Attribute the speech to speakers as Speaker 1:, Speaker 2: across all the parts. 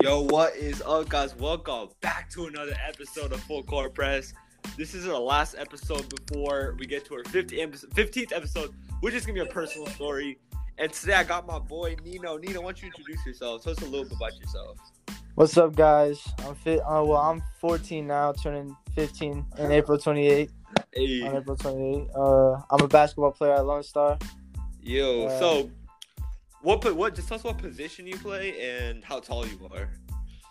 Speaker 1: Yo, what is up, guys? Welcome back to another episode of Full Court Press. This is our last episode before we get to our 50 em- 15th episode, which is gonna be a personal story. And today I got my boy Nino. Nino, why don't you introduce yourself? Tell us a little bit about yourself.
Speaker 2: What's up, guys? I'm fit. Uh, well, I'm 14 now, turning 15 in April 28. On
Speaker 1: Hey,
Speaker 2: April 28, uh, I'm a basketball player at Lone Star.
Speaker 1: yo.
Speaker 2: Uh,
Speaker 1: so, what? po- What? Just tell us what position you play and how tall you are.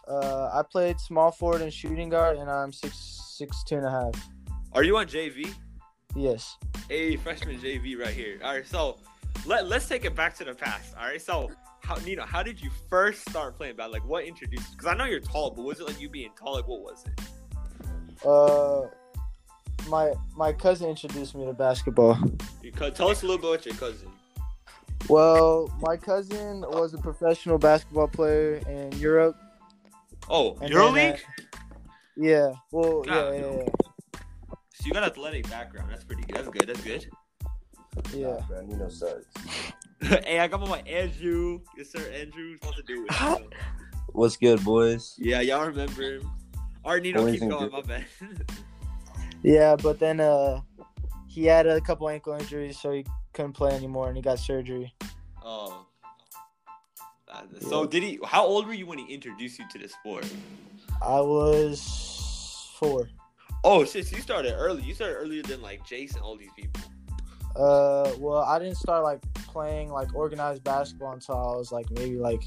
Speaker 2: Uh, I played small forward and shooting guard, and I'm six six two and a half.
Speaker 1: Are you on JV?
Speaker 2: Yes.
Speaker 1: Hey, freshman JV right here. All right, so let let's take it back to the past. All right, so how Nino, how did you first start playing bad? Like, what introduced? Because I know you're tall, but was it like you being tall? Like, what was it?
Speaker 2: Uh, my my cousin introduced me to basketball.
Speaker 1: You co- tell us a little bit about your cousin.
Speaker 2: Well, my cousin was a professional basketball player in Europe.
Speaker 1: Oh,
Speaker 2: And
Speaker 1: EuroLeague.
Speaker 2: then, uh, Yeah. Well, yeah,
Speaker 1: Ah,
Speaker 2: yeah, yeah,
Speaker 1: so you got athletic background. That's pretty good. That's good. That's good.
Speaker 2: yeah.
Speaker 3: Nah, bro, Nino sucks.
Speaker 1: hey, I got my boy Andrew. Yes, sir. Andrew. What's to do with you?
Speaker 3: What's good, boys?
Speaker 1: Yeah, y'all remember him. All right, Nino,
Speaker 3: Always
Speaker 1: keep
Speaker 3: in
Speaker 1: going.
Speaker 3: good-
Speaker 1: My bad.
Speaker 2: Yeah, but then uh, he had a couple ankle injuries, so he couldn't play anymore, and he got surgery.
Speaker 1: oh. Uh, So did he? How old were you when he introduced you to the sport?
Speaker 2: I was four.
Speaker 1: Oh shit, so you started early. You started earlier than like Jason, all these people.
Speaker 2: Uh, well, I didn't start like playing like organized basketball until I was like maybe like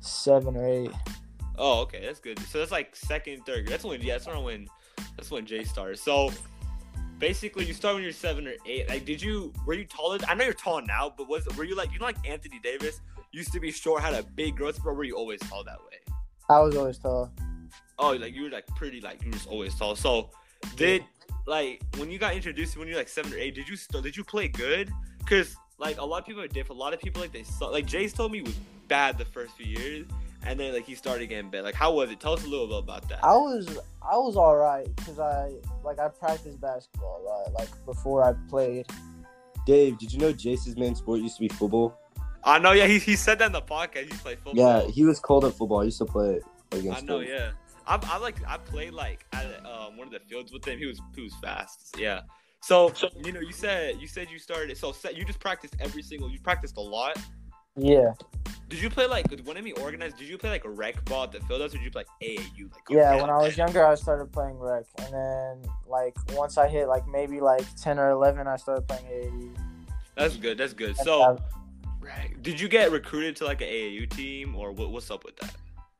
Speaker 2: seven or eight.
Speaker 1: Oh, okay, that's good. So that's like second, third. grade. That's when yeah, that's around when that's when Jay started. So basically you start when you're seven or eight. Like did you were you taller? I know you're tall now, but was were you like you know like Anthony Davis used to be short, had a big growth, but were you always tall that way?
Speaker 2: I was always tall.
Speaker 1: Oh, like you were like pretty like you were just always tall. So did like when you got introduced when you were like seven or eight, did you still did you play good? Cause like a lot of people are different. A lot of people like they suck. Like Jay's told me he was bad the first few years, and then like he started getting better. Like how was it? Tell us a little bit about that.
Speaker 2: I was I was all right because I like I practiced basketball a lot like before I played.
Speaker 3: Dave, did you know Jace's main sport used to be football?
Speaker 1: I know. Yeah, he, he said that in the podcast. He played
Speaker 3: Yeah,
Speaker 1: football.
Speaker 3: he was cold at football. I used to play it against
Speaker 1: I know.
Speaker 3: him.
Speaker 1: Yeah, I, I like I played like at um, one of the fields with him. He was he was fast. Yeah. So you know you said you said you started. So se- you just practiced every single. You practiced a lot.
Speaker 2: Yeah,
Speaker 1: Did you play like when I mean organized? Did you play like rec ball at the field house, or did you play AAU? Like
Speaker 2: yeah. When I was younger, I started playing rec, and then like once I hit like maybe like ten or eleven, I started playing E. eighty.
Speaker 1: that's good. That's good. So, rec- did you get recruited to like an AAU team, or what, what's up with that?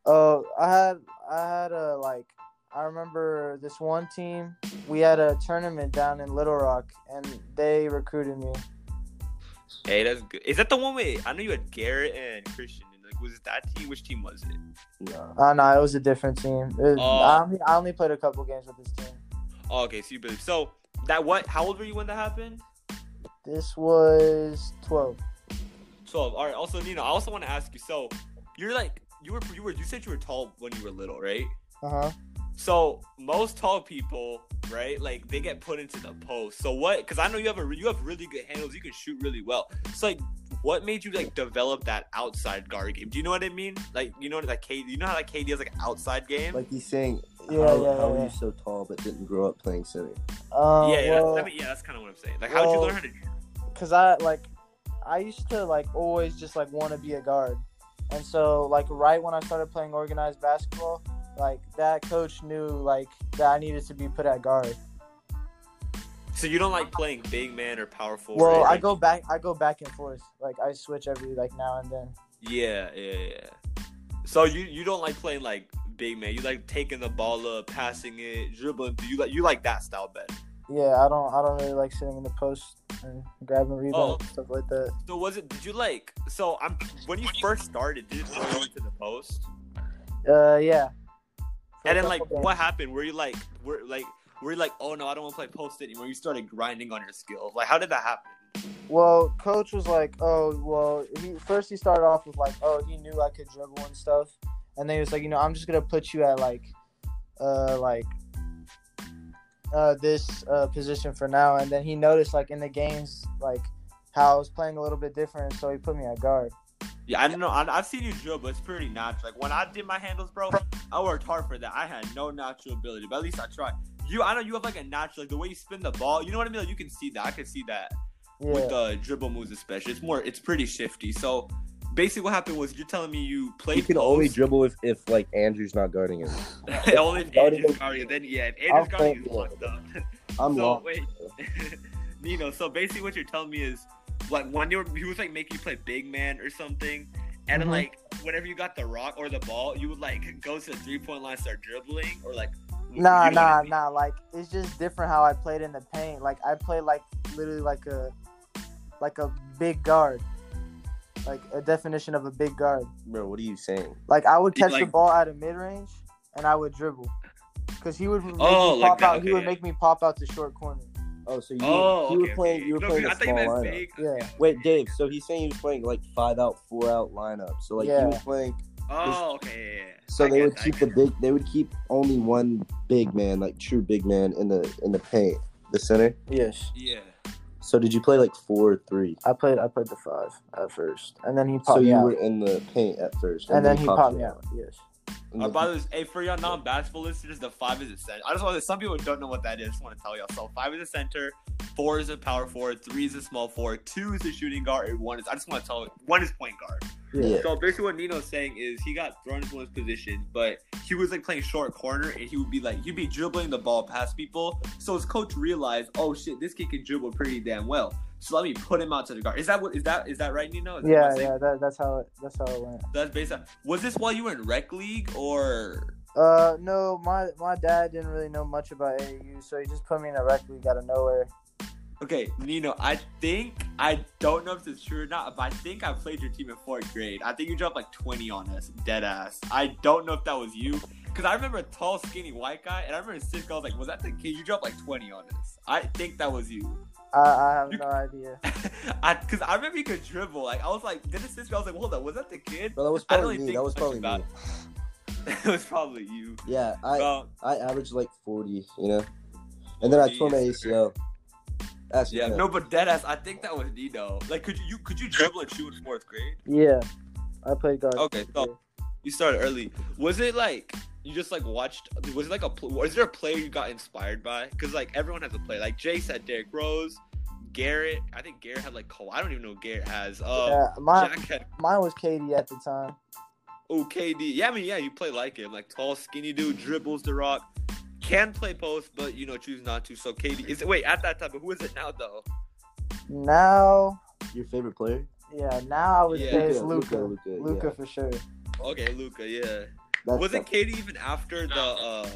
Speaker 2: Oh, I had I had a like I remember this one team. We had a tournament down in Little Rock, and they recruited me.
Speaker 1: Hey, that's good. Is that the one with I know you had Garrett and Christian. and, Like, was it that team? Which team was it?
Speaker 3: Nah.
Speaker 2: Oh no, it was a different team. It was- I,
Speaker 1: Oh.
Speaker 2: only, I only played a couple games with this team.
Speaker 1: Oh, okay, so you believe so. That what? How old were you when that happened?
Speaker 2: This was twelve.
Speaker 1: 12 all right also nino i also want to ask you so you're like you were you were you said you were tall when you were little right
Speaker 2: Uh huh.
Speaker 1: so most tall people right like they get put into the post so what because i know you have a re- you have really good handles you can shoot really well so like what made you like develop that outside guard game do you know what i mean like you know what like kd you know how like kd has like an outside game
Speaker 3: Like he's saying,
Speaker 2: Yeah,
Speaker 3: how,
Speaker 2: yeah,
Speaker 3: how
Speaker 2: yeah.
Speaker 3: are you so tall but didn't grow up playing center?
Speaker 2: Um,
Speaker 1: yeah, yeah, that's-
Speaker 2: well,
Speaker 1: I mean, yeah, that's kind of what I'm saying. Like, how did you
Speaker 2: well-
Speaker 1: learn how to?
Speaker 2: because I like I used to like always just like want to be a guard, and so like right when I started playing organized basketball, like that coach knew like that I needed to be put at guard.
Speaker 1: So you don't like playing big man or powerful?
Speaker 2: Well,
Speaker 1: right?
Speaker 2: I go back. I go back and forth. Like I switch every like now and then.
Speaker 1: Yeah, yeah, yeah. So you you don't like playing like big man. You like taking the ball up, passing it, dribbling. You like you like that style better.
Speaker 2: Yeah, I don't. I don't really like sitting in the post and grabbing rebounds
Speaker 1: Oh.
Speaker 2: and stuff like that.
Speaker 1: So was it? Did you like? So I'm when you first started, did it throw you into the post?
Speaker 2: Uh, yeah. For a
Speaker 1: And then
Speaker 2: couple
Speaker 1: like
Speaker 2: games.
Speaker 1: what happened? Were you like were like were you like oh no I don't want to play post anymore? You started grinding on your skills. Like how did that happen?
Speaker 2: Well, coach was like, "Oh, well." He, first, he started off with like, "Oh, he knew I could dribble and stuff," and then he was like, "You know, I'm just gonna put you at like, uh, like, uh, this uh, position for now." And then he noticed like in the games like how I was playing a little bit different, so he put me at guard.
Speaker 1: Yeah, I don't know. I, I've seen you drill, but it's pretty natural. Like when I did my handles, bro, I worked hard for that. I had no natural ability, but at least I tried. You, I know you have like a natural, like the way you spin the ball. You know what I mean? Like you can see that. I can see that
Speaker 2: Yeah.
Speaker 1: with the dribble moves, especially. It's more. It's pretty shifty. So basically, what happened was you're telling me you played.
Speaker 3: He can
Speaker 1: post,
Speaker 3: only dribble if, if like Andrew's not guarding him.
Speaker 1: only if
Speaker 3: Guarding
Speaker 1: Andrew's
Speaker 3: him.
Speaker 1: guarding it, Then yeah, if
Speaker 3: I'll
Speaker 1: Andrew's guarding is
Speaker 3: play
Speaker 1: locked up.
Speaker 3: I'm
Speaker 1: so
Speaker 3: lost.
Speaker 1: wait, Nino. So basically, what you're telling me is, like, when you were, he was like making you play big man or something, and then
Speaker 3: Mm-hmm.
Speaker 2: Mhm.
Speaker 1: like whenever you got the rock or the ball, you would like go to the three point line, start dribbling, or like. you know
Speaker 2: Nah,
Speaker 1: what I
Speaker 2: nah,
Speaker 1: mean?
Speaker 2: nah. Like it's just different how I played in the paint. Like I played like literally like a like a big guard, like a definition of a big guard.
Speaker 3: Bro, what are you saying?
Speaker 2: Like I would
Speaker 1: Yeah,
Speaker 2: catch the
Speaker 1: like-
Speaker 2: ball at a mid range and I would dribble, cause he would make
Speaker 1: Oh,
Speaker 2: me
Speaker 1: like
Speaker 2: pop
Speaker 1: that,
Speaker 2: out.
Speaker 1: okay,
Speaker 2: he would
Speaker 1: yeah.
Speaker 2: make me pop out to short corner.
Speaker 3: Oh, so you,
Speaker 1: Oh,
Speaker 3: you
Speaker 1: okay,
Speaker 3: were playing
Speaker 1: okay.
Speaker 3: you were
Speaker 1: No,
Speaker 3: playing
Speaker 1: I
Speaker 3: a
Speaker 1: thought you
Speaker 3: small
Speaker 1: meant
Speaker 3: lineup.
Speaker 1: big.
Speaker 2: Yeah.
Speaker 3: Wait, Dave. So he's saying he was playing like five out, four out lineup. So like
Speaker 2: Yeah.
Speaker 3: he was playing.
Speaker 1: Oh, okay. yeah, yeah, yeah.
Speaker 3: So
Speaker 1: I
Speaker 3: they
Speaker 1: get
Speaker 3: would
Speaker 1: that, I
Speaker 3: keep
Speaker 1: get
Speaker 3: the
Speaker 1: that.
Speaker 3: big. They would keep only one big man, like true big man, in the in the paint, the center.
Speaker 2: Yes,
Speaker 1: Yeah.
Speaker 3: So did you play like four or three?
Speaker 2: I played. I played the five at first, and then he popped
Speaker 3: So
Speaker 2: me
Speaker 3: you
Speaker 2: out,
Speaker 3: were in the paint at first,
Speaker 2: and then he
Speaker 3: popped
Speaker 2: popped
Speaker 3: you
Speaker 2: me out. Yes.
Speaker 3: And
Speaker 1: Uh,
Speaker 3: then
Speaker 1: by the way, hey, for y'all non-basketball listeners, the five is a center. I just want to, some people don't know what that is. I just want to tell y'all. So five is a center, four is a power forward, three is a small forward, two is a shooting guard, and one is. I just want to tell one is point guard.
Speaker 3: Yeah.
Speaker 1: So basically, what Nino's saying is he got thrown into his position, but he was like playing short corner, and he would be like he'd be dribbling the ball past people. So his coach realized, oh shit, this kid can dribble pretty damn well. So let me put him out to the guard. Is that what is that is that right, Nino? Is that what I'm
Speaker 2: Yeah,
Speaker 1: saying?
Speaker 2: yeah. That, that's how it, that's how it went.
Speaker 1: That's based on. Was this while you were in rec league or?
Speaker 2: Uh, no, my my dad didn't really know much about AAU, so he just put me in a rec league out of nowhere.
Speaker 1: Okay, Nino, I think I don't know if it's true or not, but I think I played your team in fourth grade. I think you dropped like 20 on us, dead ass. I don't know if that was you, because I remember a tall, skinny white guy, and I remember in sixth grade, I was like, was that the kid? You dropped like 20 on us. I think that was you,
Speaker 2: I, I have
Speaker 1: You-
Speaker 2: no idea.
Speaker 1: I because I remember you could dribble. Like I was like, did the sixth grade? I was like, hold up, was that the kid?
Speaker 3: Bro, that was
Speaker 1: I don't
Speaker 3: probably
Speaker 1: even
Speaker 3: me.
Speaker 1: think
Speaker 3: That was
Speaker 1: much
Speaker 3: probably
Speaker 1: about
Speaker 3: me.
Speaker 1: it was probably you.
Speaker 3: Yeah, I
Speaker 1: Um,
Speaker 3: I averaged like forty, you know, and then I
Speaker 1: 40,
Speaker 3: tore my
Speaker 1: yes, sir.
Speaker 3: ACL. That's
Speaker 1: yeah,
Speaker 3: yeah,
Speaker 1: no, but dead ass. I think that was Nino. Like, could you- you could you dribble and shoot in fourth grade?
Speaker 2: Yeah, I played guard.
Speaker 1: Okay, so you started early. Was it like you just like watched? Was it like a? pl- Was there a player you got inspired by? Because like everyone has a player. Like Jay said, Derrick Rose, Garrett. I think Garrett had like Kawhi. I don't even know what Garrett has. Uh,
Speaker 2: yeah, my
Speaker 1: Jack had
Speaker 2: mine was Katie at the time.
Speaker 1: oh KD. Yeah, I mean yeah, you play like him. Like tall, skinny dude, dribbles the rock. Can play post, but you know choose not to. So KD is it? Wait, at that time, but who is it now though?
Speaker 2: Now,
Speaker 3: your favorite player.
Speaker 2: yeah, now I would
Speaker 1: Yeah.
Speaker 2: say it's Luca.
Speaker 3: Luka, Luka,
Speaker 2: Luca,
Speaker 3: Luka, yeah.
Speaker 2: for sure.
Speaker 1: Okay, Luca. Yeah.
Speaker 3: That's
Speaker 1: wasn't Katie even after the uh,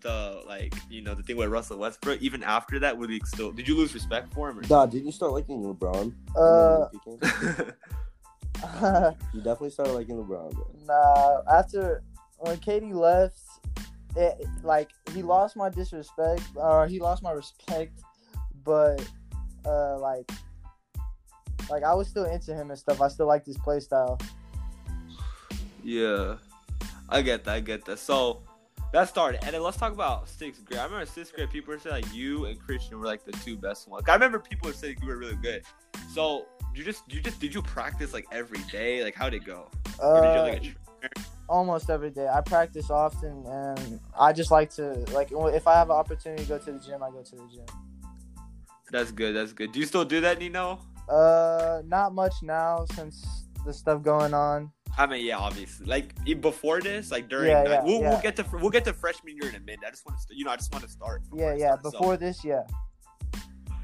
Speaker 1: the like you know the thing with Russell Westbrook? Even after that, would he still? Did you lose respect for him?
Speaker 3: Nah, did you start liking LeBron?
Speaker 1: Mm.
Speaker 2: Uh,
Speaker 1: Or...
Speaker 3: you definitely started liking LeBron, bro.
Speaker 2: nah. After when Katie left, it like he lost my disrespect, or he lost my respect, but uh, like. Like I was still into him and stuff. I still liked his play style.
Speaker 1: yeah, I get that. I get that. So that started, and then let's talk about sixth grade. I remember sixth grade people were saying like you and Christian were like the two best ones. I remember people were saying you were really good. So you just you just did you practice like every day? Like how'd it go? Or did you,
Speaker 2: Uh,
Speaker 1: like, a tr-
Speaker 2: almost every day. I practice often, and I just like to like if I have an opportunity to go to the gym, I go to the gym.
Speaker 1: that's good. That's good. Do you still do that, Nino?
Speaker 2: Uh, not much now since the stuff going on.
Speaker 1: I mean, yeah, obviously. Like e- before this, like during,
Speaker 2: Yeah,
Speaker 1: that-
Speaker 2: yeah,
Speaker 1: we'll,
Speaker 2: yeah.
Speaker 1: we'll get to fr- we'll get to freshman year in a minute. I just want to, st- you know, I just want to start. before
Speaker 2: Yeah,
Speaker 1: I
Speaker 2: yeah.
Speaker 1: start. So,
Speaker 2: Before this, yeah,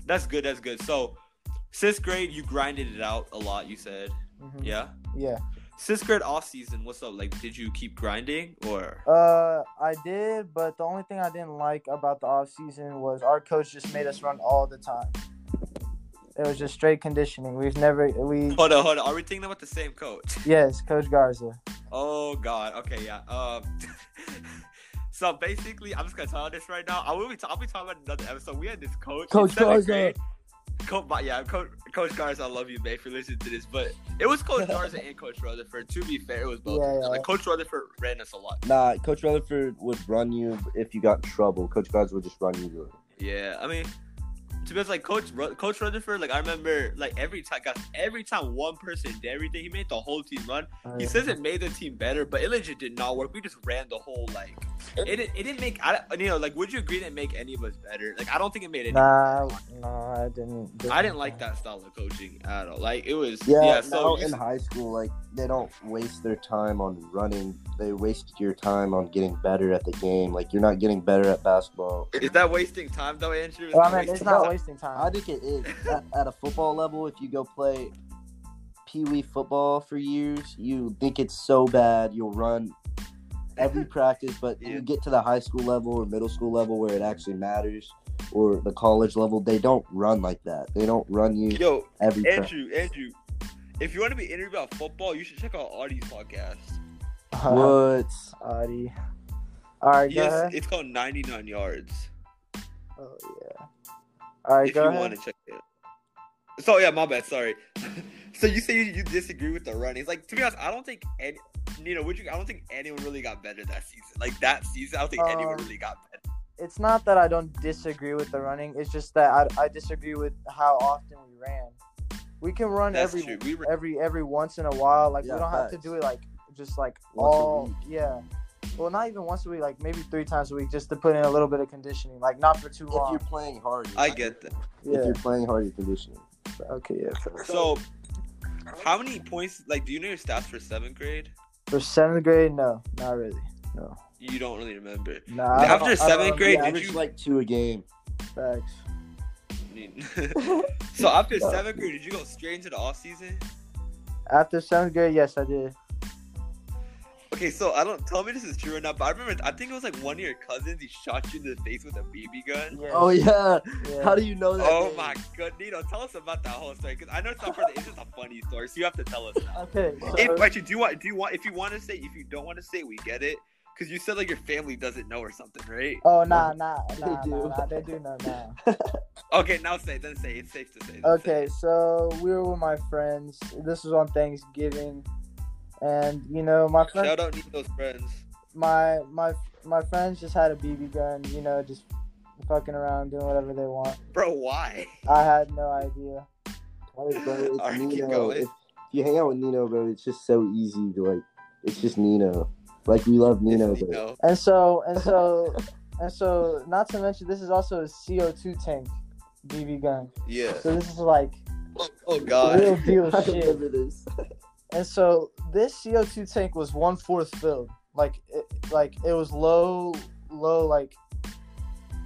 Speaker 1: that's good. That's good. So, sixth grade, you grinded it out a lot. You said,
Speaker 2: Mhm.
Speaker 1: yeah.
Speaker 2: yeah.
Speaker 1: Sixth grade off season, what's up? Like, did you keep grinding or?
Speaker 2: Uh, I did, but the only thing I didn't like about the off season was our coach just made us run all the time. It was just straight conditioning. We've never we
Speaker 1: Hold on, hold on. Are we thinking about the same coach?
Speaker 2: yes, Coach Garza.
Speaker 1: Oh God. Okay. Yeah. Um. so basically, I'm just gonna tell you this right now. I will be. T- I'll be talking about another episode. We had this coach. in
Speaker 3: Coach
Speaker 1: seventh
Speaker 3: Garza.
Speaker 1: grade. Co- but yeah, Coach, Coach Garza, I love you, man, for listening to this. But it was Coach Garza and Coach Rutherford. To be fair, it was both.
Speaker 2: Yeah,
Speaker 1: of them.
Speaker 2: yeah.
Speaker 1: Like Coach Rutherford ran us a lot.
Speaker 3: Nah, Coach Rutherford would run you if you got in trouble. Coach Guards would just run you.
Speaker 1: Yeah, I mean, to be honest, like Coach Ru- Coach Rutherford, like I remember, like every time, guys, every time one person did everything, he made the whole team run. He
Speaker 2: Uh,
Speaker 1: says it made the team better, but it legit did not work. We just ran the whole like it. didn't- It didn't make. I don't- you know like would you agree it didn't make any of us better? Like I don't think it made any.
Speaker 2: Nah, nah, I didn't.
Speaker 1: I didn't like that style of coaching at all. Like it was
Speaker 3: Yeah,
Speaker 1: yeah. so
Speaker 3: now
Speaker 1: you-
Speaker 3: in high school, like they don't waste their time on running. They waste your time on getting better at the game. Like you're not getting better at basketball.
Speaker 1: is that wasting time though, Andrew? Is
Speaker 2: Well,
Speaker 1: that
Speaker 2: I mean, Oh, it's
Speaker 1: wasting
Speaker 2: not
Speaker 1: time?
Speaker 2: wasting time.
Speaker 3: I think it is at, at a football level. If you go play pee wee football for years, you think it's so bad you'll run every practice, but
Speaker 1: Yeah.
Speaker 3: you get to the high school level or middle school level where it actually matters, or the college level, they don't run like that. They don't run you
Speaker 1: Yo,
Speaker 3: every practice.
Speaker 1: Andrew, Andrew, if you want to be interviewed about football, you should check out Audie's podcast.
Speaker 3: What?
Speaker 2: Audi. All right, go
Speaker 1: Yes,
Speaker 2: ahead.
Speaker 1: it's called 99 Yards.
Speaker 2: Oh yeah. All right,
Speaker 1: if
Speaker 2: go
Speaker 1: you
Speaker 2: ahead.
Speaker 1: want to check it. out. So yeah, my bad. Sorry. so you say you, you disagree with the running? It's like to be honest, I don't think any. You know, would you? I don't think anyone really got better that season. Like that season, I don't think anyone
Speaker 2: Um,
Speaker 1: really got better.
Speaker 2: It's not that I don't disagree with the running. It's just that I, I disagree with how often we ran. We can run
Speaker 1: That's
Speaker 2: every
Speaker 1: true. We were
Speaker 2: every every once in a while. Like
Speaker 3: Yeah,
Speaker 2: we don't have to
Speaker 3: facts.
Speaker 2: do it like just like
Speaker 3: Once a
Speaker 2: all
Speaker 3: week.
Speaker 2: yeah. Well, not even once a week. Like maybe three times a week, just to put in a little bit of conditioning. Like not for too
Speaker 3: If
Speaker 2: long.
Speaker 3: you're playing hard,
Speaker 1: I get that.
Speaker 3: If
Speaker 2: Yeah.
Speaker 3: you're playing hard, you're conditioning.
Speaker 2: Okay. Yeah. For,
Speaker 1: So, how many points? Like, do you know your stats for seventh grade?
Speaker 2: for seventh grade, no, not really.
Speaker 1: You don't really remember.
Speaker 2: Nah. I
Speaker 1: After
Speaker 2: don't- I don't
Speaker 1: seventh
Speaker 2: remember
Speaker 1: grade,
Speaker 3: You
Speaker 1: did
Speaker 2: the
Speaker 3: average
Speaker 1: you-
Speaker 3: like two a game.
Speaker 2: Facts.
Speaker 1: I mean, so after seventh grade, did you go straight into the off season?
Speaker 2: After seventh grade, yes, I did.
Speaker 1: Okay, so I don't tell me this is true or not, but I remember I think it was like one of your cousins. He shot you in the face with a BB gun.
Speaker 2: Yeah.
Speaker 3: Oh yeah.
Speaker 2: yeah.
Speaker 3: How do you know that?
Speaker 1: Oh
Speaker 3: game?
Speaker 1: my god, Nino, tell us about that whole story because I know it's not for the, it's just a funny story, so you have to tell us. Now.
Speaker 2: Okay. So,
Speaker 1: If actually, do you want? Do you want? If you want to say, if you don't want to say, we get it. Because you said like your family doesn't know or something, right?
Speaker 2: oh nah nah
Speaker 3: They
Speaker 2: nah,
Speaker 3: do.
Speaker 2: nah, nah they do know now.
Speaker 1: Okay, now say then say it's safe to say. then
Speaker 2: Okay,
Speaker 1: say.
Speaker 2: so we were with my friends. This was on Thanksgiving, and you know my friend,
Speaker 1: Shout out Nino's friends.
Speaker 2: my my my friends just had a BB gun. You know, just fucking around doing whatever they want.
Speaker 1: Bro, why?
Speaker 2: I had no idea.
Speaker 3: Hey, bro, it's
Speaker 1: Alright, keep
Speaker 3: Nino.
Speaker 1: going.
Speaker 3: If, if you hang out with Nino, bro, it's just so easy to like. It's just Nino. Like we love Nino,
Speaker 1: It's
Speaker 3: but
Speaker 1: Nino.
Speaker 2: And so and so and so, not to mention, this is also a CO two tank BB gun.
Speaker 1: Yeah.
Speaker 2: So this is like
Speaker 1: Oh
Speaker 2: real
Speaker 1: god.
Speaker 2: deal
Speaker 3: I
Speaker 2: shit.
Speaker 3: remember this.
Speaker 2: And so this CO2 tank was one fourth filled. Like it, like it was low, low. Like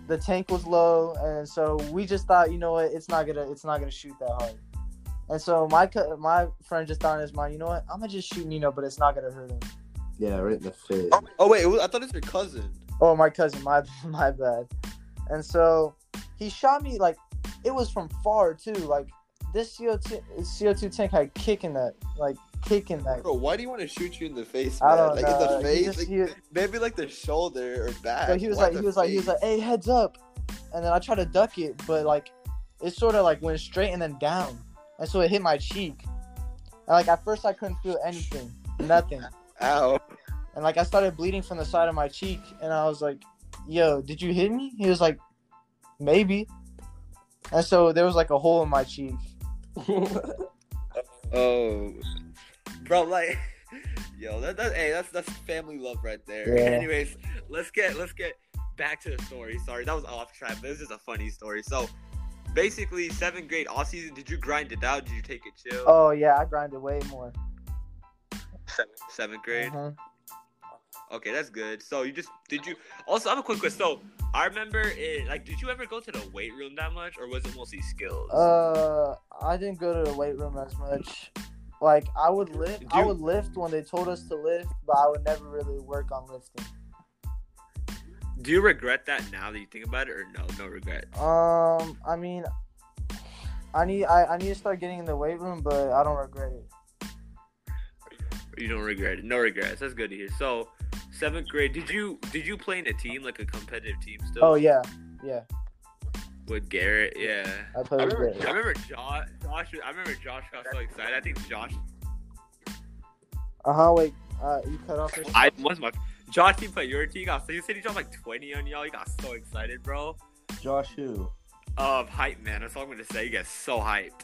Speaker 2: the tank was low, and so we just thought, you know what, it's not gonna, it's not gonna shoot that hard. And so my co- my friend just thought in his mind, you know what, I'm gonna just shoot Nino, but it's not gonna hurt him.
Speaker 3: Yeah, right in the face.
Speaker 1: Oh wait, it was- I thought it was your cousin.
Speaker 2: Oh, my cousin, my my bad. And so he shot me like it was from far too. Like this CO2 CO2 tank had kicking that, like kicking that.
Speaker 1: Bro, why do you want to shoot you in the face, man?
Speaker 2: I don't
Speaker 1: like
Speaker 2: know.
Speaker 1: in the
Speaker 2: He
Speaker 1: face,
Speaker 2: just-
Speaker 1: like,
Speaker 2: he-
Speaker 1: maybe like the shoulder or back.
Speaker 2: So he was
Speaker 1: Why
Speaker 2: like,
Speaker 1: Uh, the
Speaker 2: he was like, he was
Speaker 1: face?
Speaker 2: like, hey, heads up. And then I tried to duck it, but like, it sort of like went straight and then down. And so it hit my cheek. And like, at first I couldn't feel anything, nothing.
Speaker 1: ow.
Speaker 2: And like, I started bleeding from the side of my cheek. And I was like, yo, did you hit me? He was like, maybe. And so there was like a hole in my cheek.
Speaker 1: Oh, bro, like, yo, that, that hey, that's that's family love right there.
Speaker 2: Yeah.
Speaker 1: Anyways, let's get let's get back to the story. Sorry, that was off track, but this is a funny story. So, basically, seventh grade off season, did you grind it out? Did you take it chill?
Speaker 2: Oh, yeah, I grinded way more.
Speaker 1: Seventh grade.
Speaker 2: Uh-huh.
Speaker 1: Okay, that's good. So you just did you? Also, I have a quick question. So I remember, it, like, did you ever go to the weight room that much, or was it mostly skills?
Speaker 2: Uh, I didn't go to the weight room as much. Like I would lift, I
Speaker 1: Dude.
Speaker 2: would lift when they told us to lift, but I would never really work on lifting.
Speaker 1: Do you regret that now that you think about it, or no, no regret?
Speaker 2: Um, I mean, I need, I, I need to start getting in the weight room, but I don't regret it.
Speaker 1: You don't regret it. No regrets. That's good to hear. So, seventh grade, did you did you play in a team like a competitive team still?
Speaker 2: Oh yeah, yeah,
Speaker 1: With Garrett, yeah.
Speaker 2: I
Speaker 1: I
Speaker 2: played
Speaker 1: remember,
Speaker 2: with
Speaker 1: I
Speaker 2: it.
Speaker 1: remember Josh. Josh. I remember Josh got so excited. I think Josh.
Speaker 2: Uh huh. Wait, uh, you cut off. Your...
Speaker 1: I was my. Josh didn't play your team. He got so he said he dropped like twenty on y'all. He got so excited, bro.
Speaker 3: Josh, who?
Speaker 1: of hype, man. That's all I'm gonna say. You guys so hyped.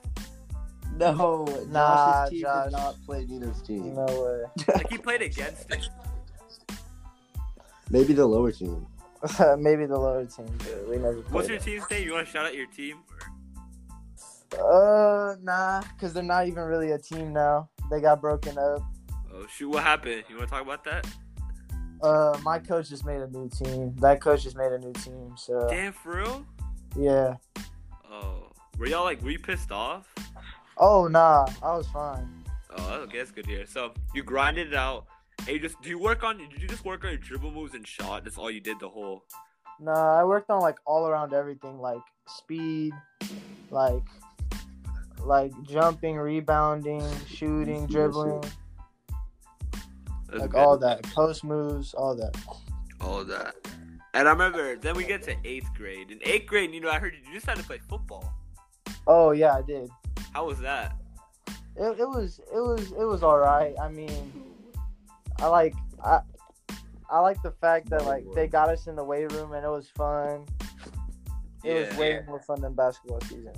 Speaker 3: No,
Speaker 2: Nah,
Speaker 3: Josh's team
Speaker 2: Josh.
Speaker 3: did not play Nino's team.
Speaker 2: No way.
Speaker 1: Like he played against it.
Speaker 3: Maybe the lower team.
Speaker 2: Maybe the lower team, but we never.
Speaker 1: What's your
Speaker 2: played
Speaker 1: team's name? You want to shout out your team?
Speaker 2: them. Uh, nah, because they're not even really a team now. They got broken up.
Speaker 1: Oh shoot, what happened? You want to talk about that?
Speaker 2: Uh, my coach just made a new team. That coach just made a new team. So
Speaker 1: Damn, for real?
Speaker 2: yeah.
Speaker 1: Oh, were y'all like were you pissed off?
Speaker 2: Oh nah, I was fine.
Speaker 1: Oh, okay, that's good here. So you grinded it out. And you just do you work on? Did you just work on your dribble moves and shot? That's all you did the whole.
Speaker 2: Nah, I worked on like all around everything, like speed, like like jumping, rebounding, shooting, dribbling,
Speaker 1: that's
Speaker 2: like
Speaker 1: good.
Speaker 2: all that. Post moves, all that.
Speaker 1: All that. And I remember then we get to eighth grade. In eighth grade, you know, I heard you just had to play football.
Speaker 2: Oh yeah, I did.
Speaker 1: How was that?
Speaker 2: It, it was it was it was all right. I mean, I like I I like the fact that like they got us in the weight room and it was fun. It was way more fun than basketball season.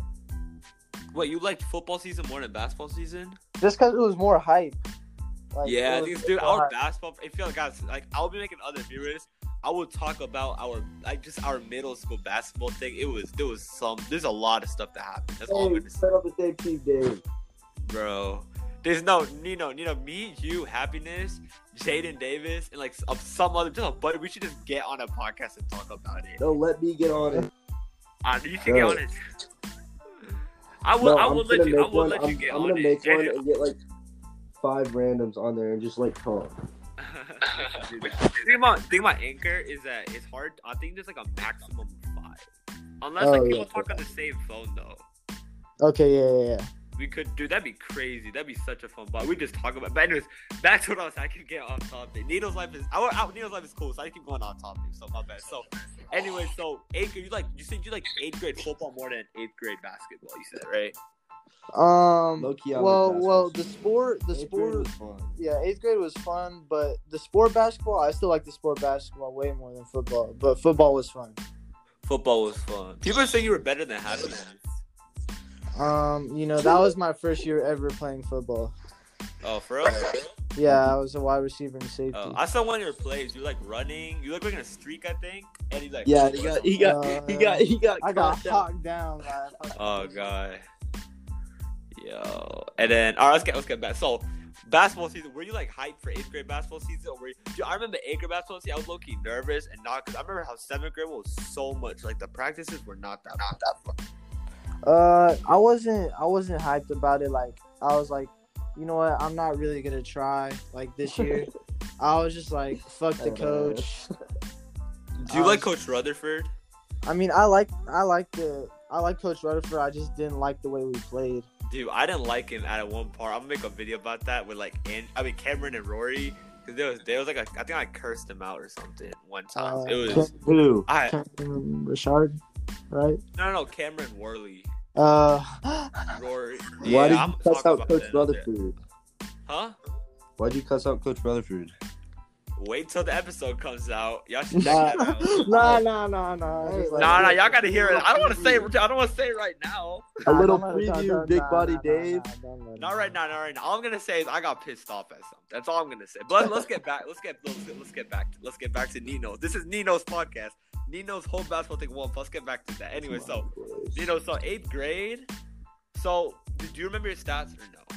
Speaker 1: What you liked football season more than basketball season?
Speaker 2: Just because it was more hype. Like,
Speaker 1: yeah,
Speaker 2: it was-
Speaker 1: these
Speaker 2: it
Speaker 1: dude,
Speaker 2: was more
Speaker 1: our
Speaker 2: hype.
Speaker 1: basketball. If you guys like, I'll be making other videos. I will talk about our like just our middle school basketball thing. It was there was some. There's a lot of stuff that happened. That's all I'm gonna say,
Speaker 3: up a day peep day.
Speaker 1: bro. There's no Nino, Nino, me, you, happiness, Jaden Davis, and like of some other just a but we should just get on a podcast and talk about it.
Speaker 3: No, let me get on it.
Speaker 1: Uh, you should get
Speaker 3: No.
Speaker 1: on it. I will.
Speaker 3: No,
Speaker 1: I
Speaker 3: I'm
Speaker 1: will
Speaker 3: gonna
Speaker 1: let you. I
Speaker 3: make
Speaker 1: will
Speaker 3: one.
Speaker 1: let
Speaker 3: I'm,
Speaker 1: you get
Speaker 3: I'm
Speaker 1: on
Speaker 3: gonna
Speaker 1: it.
Speaker 3: make one
Speaker 1: Jaden-
Speaker 3: and get like five randoms on there and just like talk.
Speaker 1: thing about thing about anchor is that it's hard. I think there's like a maximum of five, unless
Speaker 2: Oh,
Speaker 1: like
Speaker 2: yeah,
Speaker 1: people talk
Speaker 3: okay.
Speaker 1: on the same phone though.
Speaker 2: Okay, yeah, yeah, yeah.
Speaker 1: We could do that'd be crazy. That'd be such a fun. But we just talk about. But anyways, back to what I was. I could get off topic. Needle's life is our, our Needle's life is cool. So I keep going off topic. So my bad. So anyway, so anchor. You like you said you like eighth grade football more than eighth grade basketball. You said right.
Speaker 2: Um.
Speaker 3: Low-key, I like
Speaker 2: well,
Speaker 3: basketball
Speaker 2: well, the
Speaker 3: season.
Speaker 2: sport, the
Speaker 3: Eighth grade
Speaker 2: sport.
Speaker 3: was fun.
Speaker 2: yeah, eighth grade was fun, but the sport basketball, I still like the sport basketball way more than football. But football was fun.
Speaker 1: Football was fun. People are saying you were better than happiness.
Speaker 2: Um, you know, that was my first year ever playing football.
Speaker 1: Oh, for real.
Speaker 2: Yeah, I was a wide receiver and safety.
Speaker 1: Oh, I saw one of your plays. You're like running. You look like in a streak, I think. And he's like,
Speaker 3: Yeah, he got, he got, he got, he got.
Speaker 2: Uh, I got
Speaker 3: caught out.
Speaker 2: hawked down. by a fucking-
Speaker 1: Oh god. Yo. And then all right, let's get let's get back. So basketball season. Were you like hyped for eighth grade basketball season? Or were you, dude, I remember eighth grade basketball season. I was low key nervous and not because I remember how seventh grade was so much. Like the practices were not that not that fun.
Speaker 2: Uh, I wasn't. I wasn't hyped about it. Like I was like, you know what? I'm not really gonna try like this year. I was just like, fuck the
Speaker 3: Uh,
Speaker 2: coach.
Speaker 1: Do you
Speaker 2: Um,
Speaker 1: like Coach Rutherford?
Speaker 2: I mean, I like. I like the. I like Coach Rutherford. I just didn't like the way we played.
Speaker 1: Dude, I didn't like him at one part. I'm gonna make a video about that with like and I mean Cameron and Rory. Cause there was there was like a, I think I cursed him out or something one time.
Speaker 2: Uh,
Speaker 1: it was
Speaker 3: Who?
Speaker 1: I
Speaker 2: Captain Richard, right?
Speaker 1: No, no, no, Cameron Worley.
Speaker 2: Uh,
Speaker 1: Rory.
Speaker 3: Why did
Speaker 1: I'm
Speaker 3: you cuss
Speaker 1: talking
Speaker 3: out
Speaker 1: about
Speaker 3: Coach
Speaker 1: that.
Speaker 3: Rutherford?
Speaker 1: Huh?
Speaker 3: Why'd you cuss out Coach Rutherford?
Speaker 1: Wait till the episode comes out. Y'all should check that out.
Speaker 2: nah, nah, nah, nah. It's just like-
Speaker 1: Nah, nah, y'all gotta hear it. I don't want to say. it- I don't want to say it right now.
Speaker 3: A little
Speaker 2: don't let it-
Speaker 3: preview,
Speaker 2: don't-
Speaker 3: Big
Speaker 2: nah,
Speaker 3: Body
Speaker 2: nah, nah,
Speaker 3: Dave.
Speaker 2: nah, don't let it-
Speaker 1: Not right now. Not right now. All I'm gonna say is I got pissed off at something. That's all I'm gonna say. But let's get back. Let's get. Let's get, let's get back. To, let's get back to Nino's. This is Nino's podcast. Nino's whole basketball thing one. Let's get back to that. Anyway, so Nino, so eighth grade. So, did you remember your stats or no?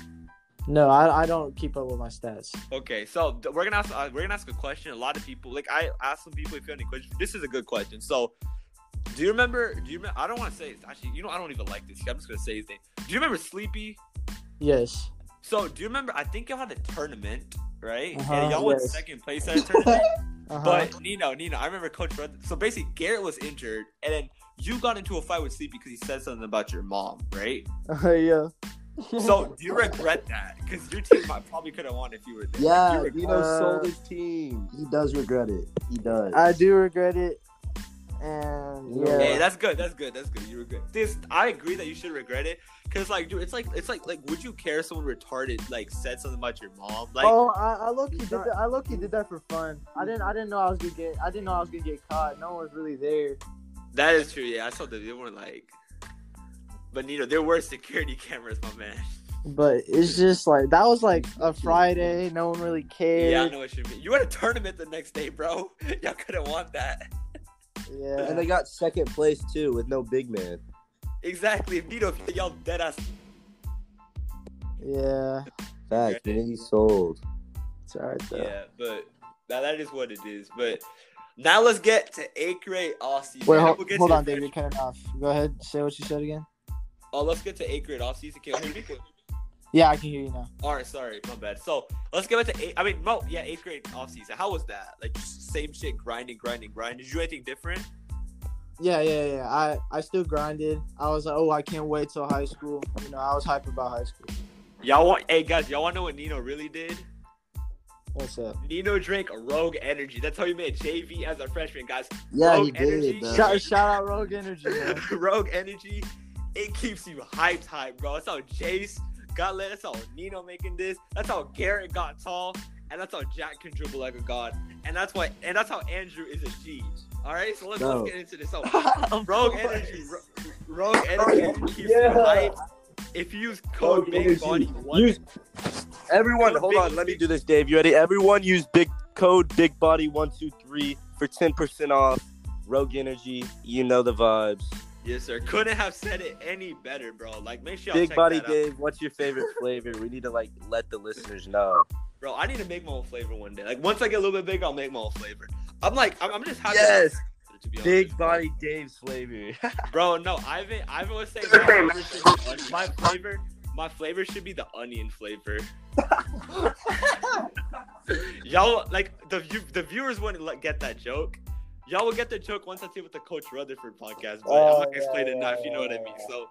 Speaker 2: No, I, I don't keep up with my stats.
Speaker 1: Okay, so th- we're gonna ask uh, we're gonna ask a question. A lot of people like I asked some people if you have any questions. This is a good question. So, do you remember? Do you remember? I don't want to say it's actually. You know, I don't even like this. I'm just gonna say his name. Do you remember Sleepy?
Speaker 2: Yes.
Speaker 1: So, do you remember? I think y'all had a tournament, right?
Speaker 2: Uh-huh,
Speaker 1: and y'all won
Speaker 2: yes.
Speaker 1: second place at a tournament.
Speaker 2: Uh-huh.
Speaker 1: but Nino, Nino, I remember Coach Red. So basically, Garrett was injured, and then you got into a fight with Sleepy because he said something about your mom, right?
Speaker 2: yeah.
Speaker 1: So, do you regret that? Because your team might- probably could have won if you were there. Do you
Speaker 3: Yeah,
Speaker 1: regret-
Speaker 3: Nino sold his team. He does regret it. He does.
Speaker 2: I do regret it. And yeah.
Speaker 3: Yeah,
Speaker 1: Hey, that's good. That's good. That's good. You regret this. I agree that you should regret it, cause like, dude, it's like, it's like, like, would you care if someone retarded like said something about your mom? Like,
Speaker 2: oh, I, I low key
Speaker 3: He's
Speaker 2: did
Speaker 3: not-
Speaker 2: that. I low key did that for fun. I didn't. I didn't know I was gonna get. I didn't know I was gonna get caught. No one was really there.
Speaker 1: that is true. Yeah, I saw that they weren't like. But you know, there were security cameras, my man.
Speaker 2: But it's just like that was like a Friday. No one really cared.
Speaker 1: Yeah, I know it should be. You had a tournament the next day, bro. Y'all couldn't want that.
Speaker 2: Yeah.
Speaker 3: And they got second place too with no big man.
Speaker 1: Exactly, Vito. Y'all dead ass.
Speaker 2: yeah.
Speaker 3: Facts, man, he sold.
Speaker 2: It's alright though.
Speaker 1: Yeah, but now that is what it is. But now let's get to eighth grade offseason.
Speaker 2: Wait,
Speaker 1: And
Speaker 2: hold,
Speaker 1: we'll get
Speaker 2: hold
Speaker 1: to
Speaker 2: on,
Speaker 1: freshman-
Speaker 2: David. Cut it off. Go ahead. Say what you said again.
Speaker 1: Oh, let's get to eighth grade offseason. Can you hear me?
Speaker 2: Yeah, I can hear you now.
Speaker 1: All right, sorry, my bad. So let's get back to eight. I mean, Mo, yeah, eighth grade offseason. How was that? Like just same shit, grinding, grinding, grinding. Did you do anything different?
Speaker 2: Yeah, yeah, yeah. I I still grinded. I was like, oh, I can't wait till high school. You know, I was hype about high school.
Speaker 1: Y'all want? Hey guys, y'all want to know what Nino really did?
Speaker 2: What's up?
Speaker 1: Nino drank Rogue Energy. That's how he made JV as a freshman, guys.
Speaker 3: Yeah,
Speaker 1: Rogue
Speaker 3: he
Speaker 1: energy.
Speaker 3: did. Bro.
Speaker 2: Shout, shout out Rogue Energy. Man.
Speaker 1: Rogue Energy, it keeps you hyped, hype, bro. That's how Jace got lit. That's how Nino making this. That's how Garrett got tall, and that's how Jack can dribble like a god. And that's why, and that's how Andrew is a G. All right, so let's,
Speaker 3: No.
Speaker 1: let's get into this. So, Rogue Energy, Ro- Rogue Energy keeps
Speaker 3: Oh Yeah.
Speaker 1: you hyped. If you use code
Speaker 3: Rogue
Speaker 1: Big
Speaker 3: Energy.
Speaker 1: Body one,
Speaker 3: Use- Everyone,
Speaker 1: Code
Speaker 3: hold
Speaker 1: Big-
Speaker 3: on. Let me do this, Dave. You ready? Everyone, use big code Big Body One Two Three for ten percent off. Rogue Energy, you know the vibes.
Speaker 1: yes sir, couldn't have said it any better, bro. Like make sure y'all
Speaker 3: big
Speaker 1: check
Speaker 3: Body
Speaker 1: that out.
Speaker 3: Dave, what's your favorite flavor? We need to like let the listeners know.
Speaker 1: bro. I need to make my own flavor one day. Like once I get a little bit big, I'll make my own flavor. I'm like, I'm, I'm just happy.
Speaker 3: Yes,
Speaker 1: to be honest.
Speaker 3: Big Body Dave's flavor.
Speaker 1: Bro, no, Ivan. Ivan was saying my flavor, should be onion- my flavor, my flavor should be the onion flavor. Y'all like the view- the viewers wouldn't like, get that joke. Y'all will get the joke once I see with the Coach Rutherford podcast, but I'm
Speaker 2: Oh,
Speaker 1: not gonna
Speaker 2: yeah,
Speaker 1: explain it
Speaker 2: yeah,
Speaker 1: now if you know what I
Speaker 2: yeah,
Speaker 1: mean.
Speaker 2: yeah.
Speaker 1: So,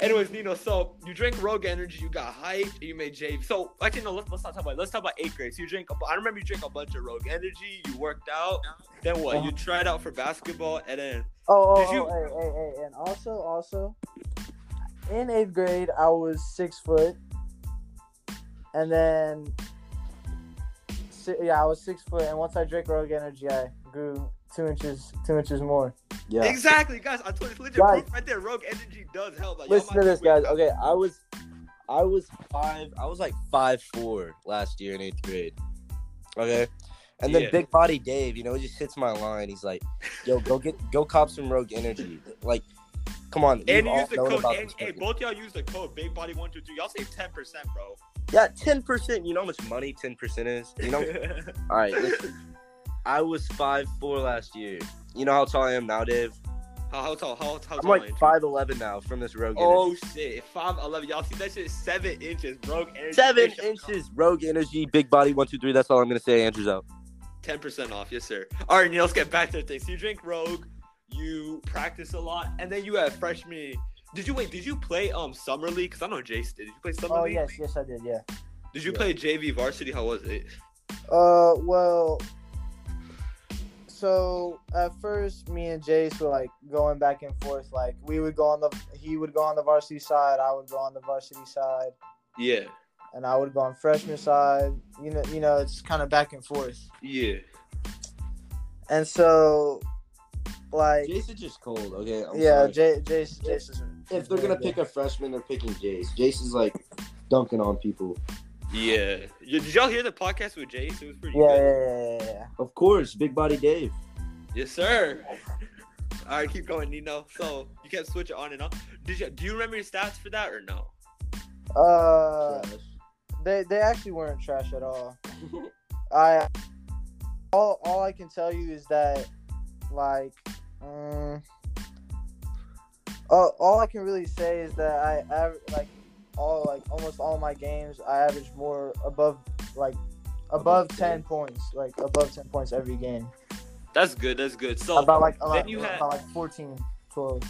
Speaker 1: anyways, Nino, so you drank Rogue Energy, you got hyped, you made JV. So actually, no, let's, let's not talk about it. Let's talk about eighth grade. So you drank. a bu- I remember you drank a bunch of Rogue Energy. You worked out. Then what? You tried out for basketball, and then
Speaker 2: Oh, oh,
Speaker 1: Did you-
Speaker 2: oh hey, hey, hey, and also, also, in eighth grade, I was six foot, and then, si- yeah, I was six foot, and once I drank Rogue Energy, I grew two inches, two inches more.
Speaker 3: yeah.
Speaker 1: Exactly, guys. I told you, it's legit
Speaker 2: Guys.
Speaker 1: proof right there. Rogue energy does help. Like, y'all
Speaker 3: Listen
Speaker 1: might
Speaker 3: to this,
Speaker 1: be waiting.
Speaker 3: guys. Okay, I was, I was five. I was like five four last year in eighth grade. Okay, and then
Speaker 1: Yeah.
Speaker 3: Big Body Dave, you know, he just hits my line. He's like, "Yo, go get, go cop some Rogue Energy." Like, come on,
Speaker 1: And
Speaker 3: we've
Speaker 1: you
Speaker 3: all
Speaker 1: use the
Speaker 3: known
Speaker 1: code.
Speaker 3: about
Speaker 1: And,
Speaker 3: this
Speaker 1: hey,
Speaker 3: fucking-
Speaker 1: both y'all use the code Big Body One Two Two. Y'all save ten percent, bro.
Speaker 3: yeah, ten percent. You know how much money ten percent is? You know. all right, listen. I was five four last year. You know how tall I am now, Dave?
Speaker 1: how how tall? How how
Speaker 3: I'm
Speaker 1: tall?
Speaker 3: like
Speaker 1: Andrew?
Speaker 3: five eleven now from this Rogue Energy.
Speaker 1: Oh shit, five eleven. Y'all see that shit? Seven inches, Rogue energy.
Speaker 3: Seven inches, Rogue Energy, Big Body, one, two, three. That's all I'm gonna say. Andrew's out.
Speaker 1: Ten percent off, yes sir. All right, Neil, let's get back to the thing. So you drink Rogue, you practice a lot, and then you have freshman. Did you wait? Did you play um summer league? Cause I know Jace did. Did you play summer
Speaker 2: Oh
Speaker 1: league?
Speaker 2: yes, yes, I did, yeah.
Speaker 1: Did you
Speaker 3: Yeah.
Speaker 1: play JV varsity? How was it?
Speaker 2: Uh, well, so at first, me and Jace were like going back and forth. Like we would go on the, he would go on the varsity side, I would go on the varsity side.
Speaker 1: Yeah,
Speaker 2: and I would go on freshman side. You know, you know, it's kind of back and forth.
Speaker 1: yeah.
Speaker 2: And so, like,
Speaker 3: Jason's just cold. Okay. I'm
Speaker 2: yeah,
Speaker 3: sorry.
Speaker 2: J- Jace, Jace is.
Speaker 3: if they're gonna pick a freshman, they're picking Jace. Jace is like dunking on people.
Speaker 1: Yeah. Y- Did y'all hear the podcast with Jace? It was pretty
Speaker 2: yeah, yeah,
Speaker 1: good.
Speaker 2: yeah, yeah, yeah.
Speaker 3: Of course, Big Body Dave.
Speaker 1: Yes, sir. All right, keep going, Nino. So you can switch it on and off. Did you do you remember your stats for that or no?
Speaker 2: Uh, they they actually weren't trash at all. I all all I can tell you is that, like, um, all, all I can really say is that I aver- like all like almost all my games I average more above like above
Speaker 3: Above
Speaker 2: ten points, like above ten points every game.
Speaker 1: That's good. That's good. So
Speaker 2: About like
Speaker 1: Oh. then
Speaker 2: about,
Speaker 1: you had-
Speaker 2: about like 14, 12.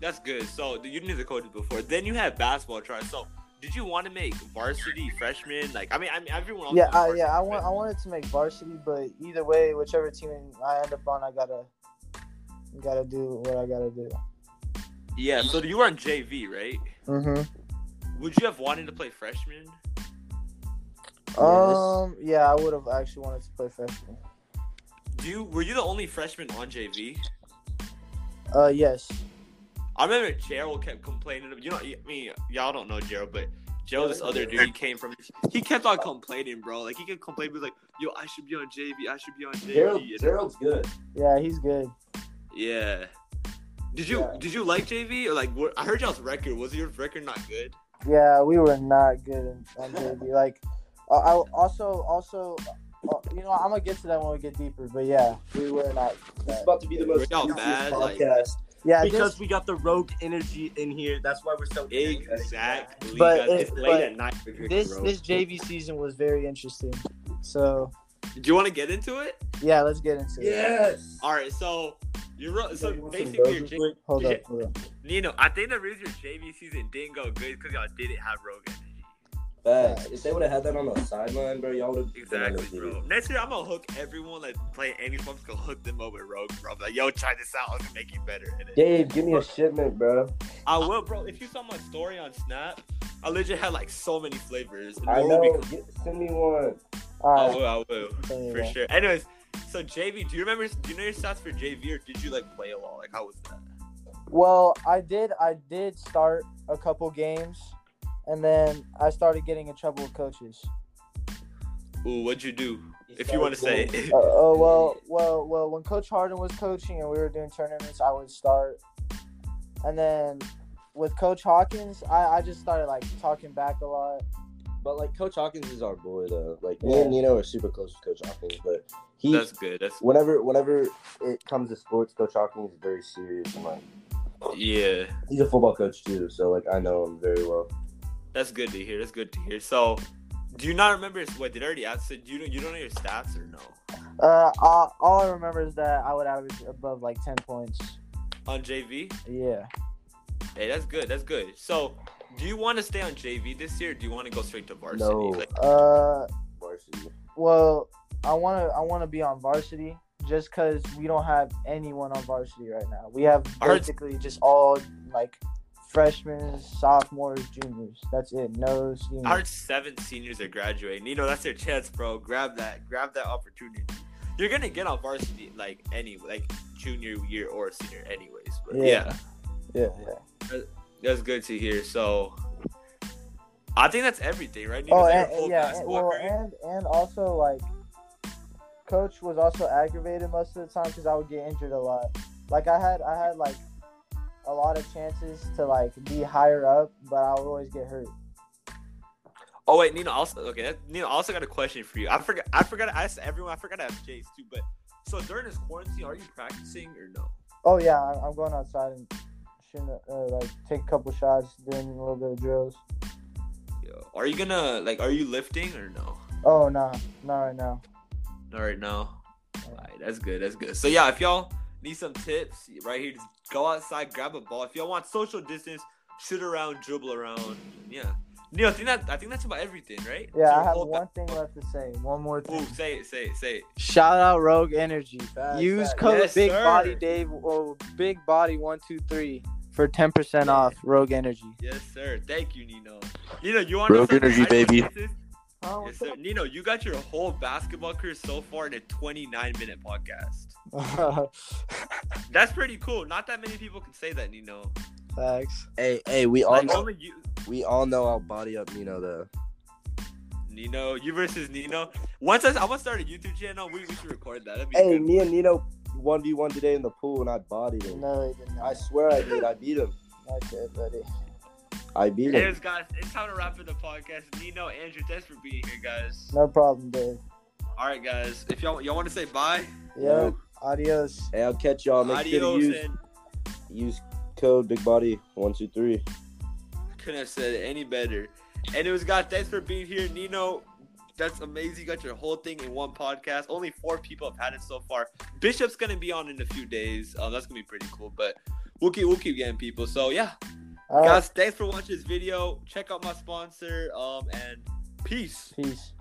Speaker 1: that's good. So you knew the code before. Then you had basketball try. So did you want to make varsity freshman? Like I mean, I mean everyone. else
Speaker 2: Yeah,
Speaker 1: was
Speaker 2: I,
Speaker 1: varsity
Speaker 2: yeah, I
Speaker 1: freshman.
Speaker 2: want I wanted to make varsity, but either way, whichever team I end up on, I gotta gotta do what I gotta do.
Speaker 1: Yeah. So you were on JV, right?
Speaker 2: Mm-hmm.
Speaker 1: Would you have wanted to play freshman?
Speaker 2: Um. Yeah, I would have actually wanted to play freshman.
Speaker 1: Do you were you the only freshman on JV?
Speaker 2: Uh. Yes.
Speaker 1: I remember Gerald kept complaining. You know, I mean, y'all don't know Gerald, but Gerald, this other dude, he came from. He kept on complaining, bro. Like he kept complaining, he was like, "Yo, I should be on JV. I should be on JV."
Speaker 3: Gerald,
Speaker 1: And-
Speaker 3: Gerald's good.
Speaker 2: Yeah, he's good.
Speaker 1: yeah. Did you
Speaker 3: Yeah.
Speaker 1: did you like JV or like? What, I heard y'all's record. Was your record not good?
Speaker 2: Yeah, we were not good in- on JV. Like, uh, I also also, uh, you know, I'm gonna get to that when we get deeper. But yeah, we were not.
Speaker 3: This is
Speaker 2: Bad.
Speaker 3: about to be the most
Speaker 1: Y'all
Speaker 3: juiciest
Speaker 1: bad, like-
Speaker 3: podcast
Speaker 2: Yeah,
Speaker 3: because
Speaker 2: this,
Speaker 3: we got the rogue energy in here. That's why we're so
Speaker 1: Exactly.
Speaker 2: But
Speaker 1: guys.
Speaker 2: it-
Speaker 1: it's late
Speaker 2: but
Speaker 1: at night. for
Speaker 2: this
Speaker 1: bro.
Speaker 2: this JV season was very interesting. So
Speaker 1: Do you want to get into it?
Speaker 2: yeah, let's get into it.
Speaker 3: Yes.
Speaker 1: All right. So you're ro- so
Speaker 3: You want some
Speaker 1: basically your
Speaker 3: Rogue
Speaker 1: J-
Speaker 3: real quick?
Speaker 2: Hold
Speaker 1: Yeah.
Speaker 2: up, hold up.
Speaker 1: Nino. I think the reason your JV season didn't go good is because y'all didn't have rogue energy.
Speaker 3: Facts. If they would have had that on the sideline, bro, y'all would have
Speaker 1: Exactly, bro. Next year, I'm gonna hook everyone that play any form, gonna hook them over rogue, bro. I'm Like, yo, try this out. I'm gonna make you better. And it-
Speaker 3: Dave, give me a shipment, bro.
Speaker 1: I will, bro. If you saw my story on Snap, I legit had like so many flavors. And
Speaker 3: I
Speaker 1: more will
Speaker 3: know.
Speaker 1: be-
Speaker 3: Get, send me one.
Speaker 1: I
Speaker 2: All right.
Speaker 1: will, I will, for
Speaker 2: anyway.
Speaker 1: sure. Anyways, so JV, do you remember? Do you know your stats for JV, or did you like play a lot? Like, how was that?
Speaker 2: Well, I did. I did start a couple games, and then I started getting in trouble with coaches.
Speaker 1: Ooh, what'd you do? If you want to say, it.
Speaker 2: Uh, oh well, well, well. When Coach Harden was coaching and we were doing tournaments, I would start, and then with Coach Hawkins, I, I just started like talking back a lot.
Speaker 3: But like Coach Hawkins is our boy though. Like me and Nino are super close with Coach Hawkins, but he
Speaker 1: that's good. That's
Speaker 3: whenever whenever it comes to sports, Coach Hawkins is very serious and like
Speaker 1: yeah.
Speaker 3: he's a football coach too, so like I know him very well.
Speaker 1: That's good to hear. That's good to hear. So, do you not remember? What did I already ask? So, do you you don't know your stats or no?
Speaker 2: Uh, all, all I remember is that I would average above like ten points.
Speaker 1: On JV?
Speaker 2: Yeah.
Speaker 1: Hey, that's good. That's good. So, do you want to stay on JV this year? Or do you want to go straight to varsity?
Speaker 3: No.
Speaker 1: Like,
Speaker 2: Uh,
Speaker 3: Varsity.
Speaker 2: well, I wanna, I wanna be on varsity just because we don't have anyone on varsity right now. We have
Speaker 1: I heard-
Speaker 2: basically just all like freshmen, sophomores, juniors. That's it. No seniors.
Speaker 1: I heard seven seniors are graduating. You know, that's their chance, bro. Grab that. Grab that opportunity. You're gonna get on varsity like any like junior year or senior, anyways. But
Speaker 2: Yeah.
Speaker 1: yeah.
Speaker 2: yeah, yeah.
Speaker 1: that's good to hear. So, I think that's everything, right?
Speaker 2: Oh,
Speaker 1: Nino? Is that
Speaker 2: and,
Speaker 1: your full
Speaker 2: and- yeah, and,
Speaker 1: basketball
Speaker 2: well,
Speaker 1: career?
Speaker 2: and and also like, coach was also aggravated most of the time because I would get injured a lot. Like I had, I had like a lot of chances to like be higher up, but I would always get hurt.
Speaker 1: Oh wait, Nina also okay. That, Nina I also got a question for you. I forgot. I forgot to ask everyone. I forgot to ask Jace too. But so during this quarantine, are you practicing or no?
Speaker 2: Oh yeah, I- I'm going outside and shooting, uh, like take a couple shots, doing a little bit of drills.
Speaker 1: Yo, are you gonna like? Are you lifting or no?
Speaker 2: Oh no, not right now.
Speaker 1: Not right now. All right, that's good. That's good. So yeah, if y'all need some tips right here, just go outside, grab a ball. If y'all want social distance, shoot around, dribble around. Yeah. Nino, I think that I think that's about everything, right?
Speaker 2: Yeah, I
Speaker 1: So
Speaker 2: have
Speaker 1: hold
Speaker 2: one thing left to say. One more
Speaker 1: Ooh,
Speaker 2: thing.
Speaker 1: say it, say it, say it.
Speaker 2: Shout out Rogue Energy.
Speaker 3: Facts,
Speaker 2: Use
Speaker 3: facts.
Speaker 2: code
Speaker 1: Yes,
Speaker 2: Big
Speaker 1: sir.
Speaker 2: Body Dave or Big Body One Two Three for ten percent off Rogue Energy.
Speaker 1: Yes, sir. Thank you, Nino. Nino, you want
Speaker 3: Rogue energy, baby.
Speaker 2: Oh,
Speaker 1: Yes, sir. Nino, you got your whole basketball career so far in a 29 minute podcast. That's pretty cool. Not that many people can say that, Nino.
Speaker 2: Thanks.
Speaker 3: Hey, hey, we all
Speaker 1: Like,
Speaker 3: know,
Speaker 1: only you,
Speaker 3: we all know I'll body up Nino though.
Speaker 1: Nino, you versus Nino. Once I, I want to start a YouTube channel, we, we should record that. That'd be
Speaker 3: Hey,
Speaker 1: good.
Speaker 3: me and Nino one v one today in the pool, and I bodied him.
Speaker 2: No, it did
Speaker 3: I
Speaker 2: not.
Speaker 3: swear I did. I beat him.
Speaker 2: Okay, buddy.
Speaker 3: I beat him.
Speaker 1: Anyways, guys, it's time to wrap up the podcast. Nino, Andrew, thanks for being here, guys.
Speaker 2: No problem, Dave.
Speaker 1: All right, guys. If y'all y'all want to say bye,
Speaker 2: Yo, adios.
Speaker 3: Hey, I'll catch y'all. Oh, Make sure
Speaker 1: adios.
Speaker 3: to use
Speaker 1: and
Speaker 3: use code Big Body one two three.
Speaker 1: couldn't have said it any better. And it was God, thanks for being here, Nino. That's amazing. You got your whole thing in one podcast. Only four people have had it so far. Bishop's gonna be on in a few days. Um, that's gonna be pretty cool. But we'll keep we'll keep getting people. So yeah,
Speaker 2: All right,
Speaker 1: guys, thanks for watching this video. Check out my sponsor. Um, and peace.
Speaker 2: peace.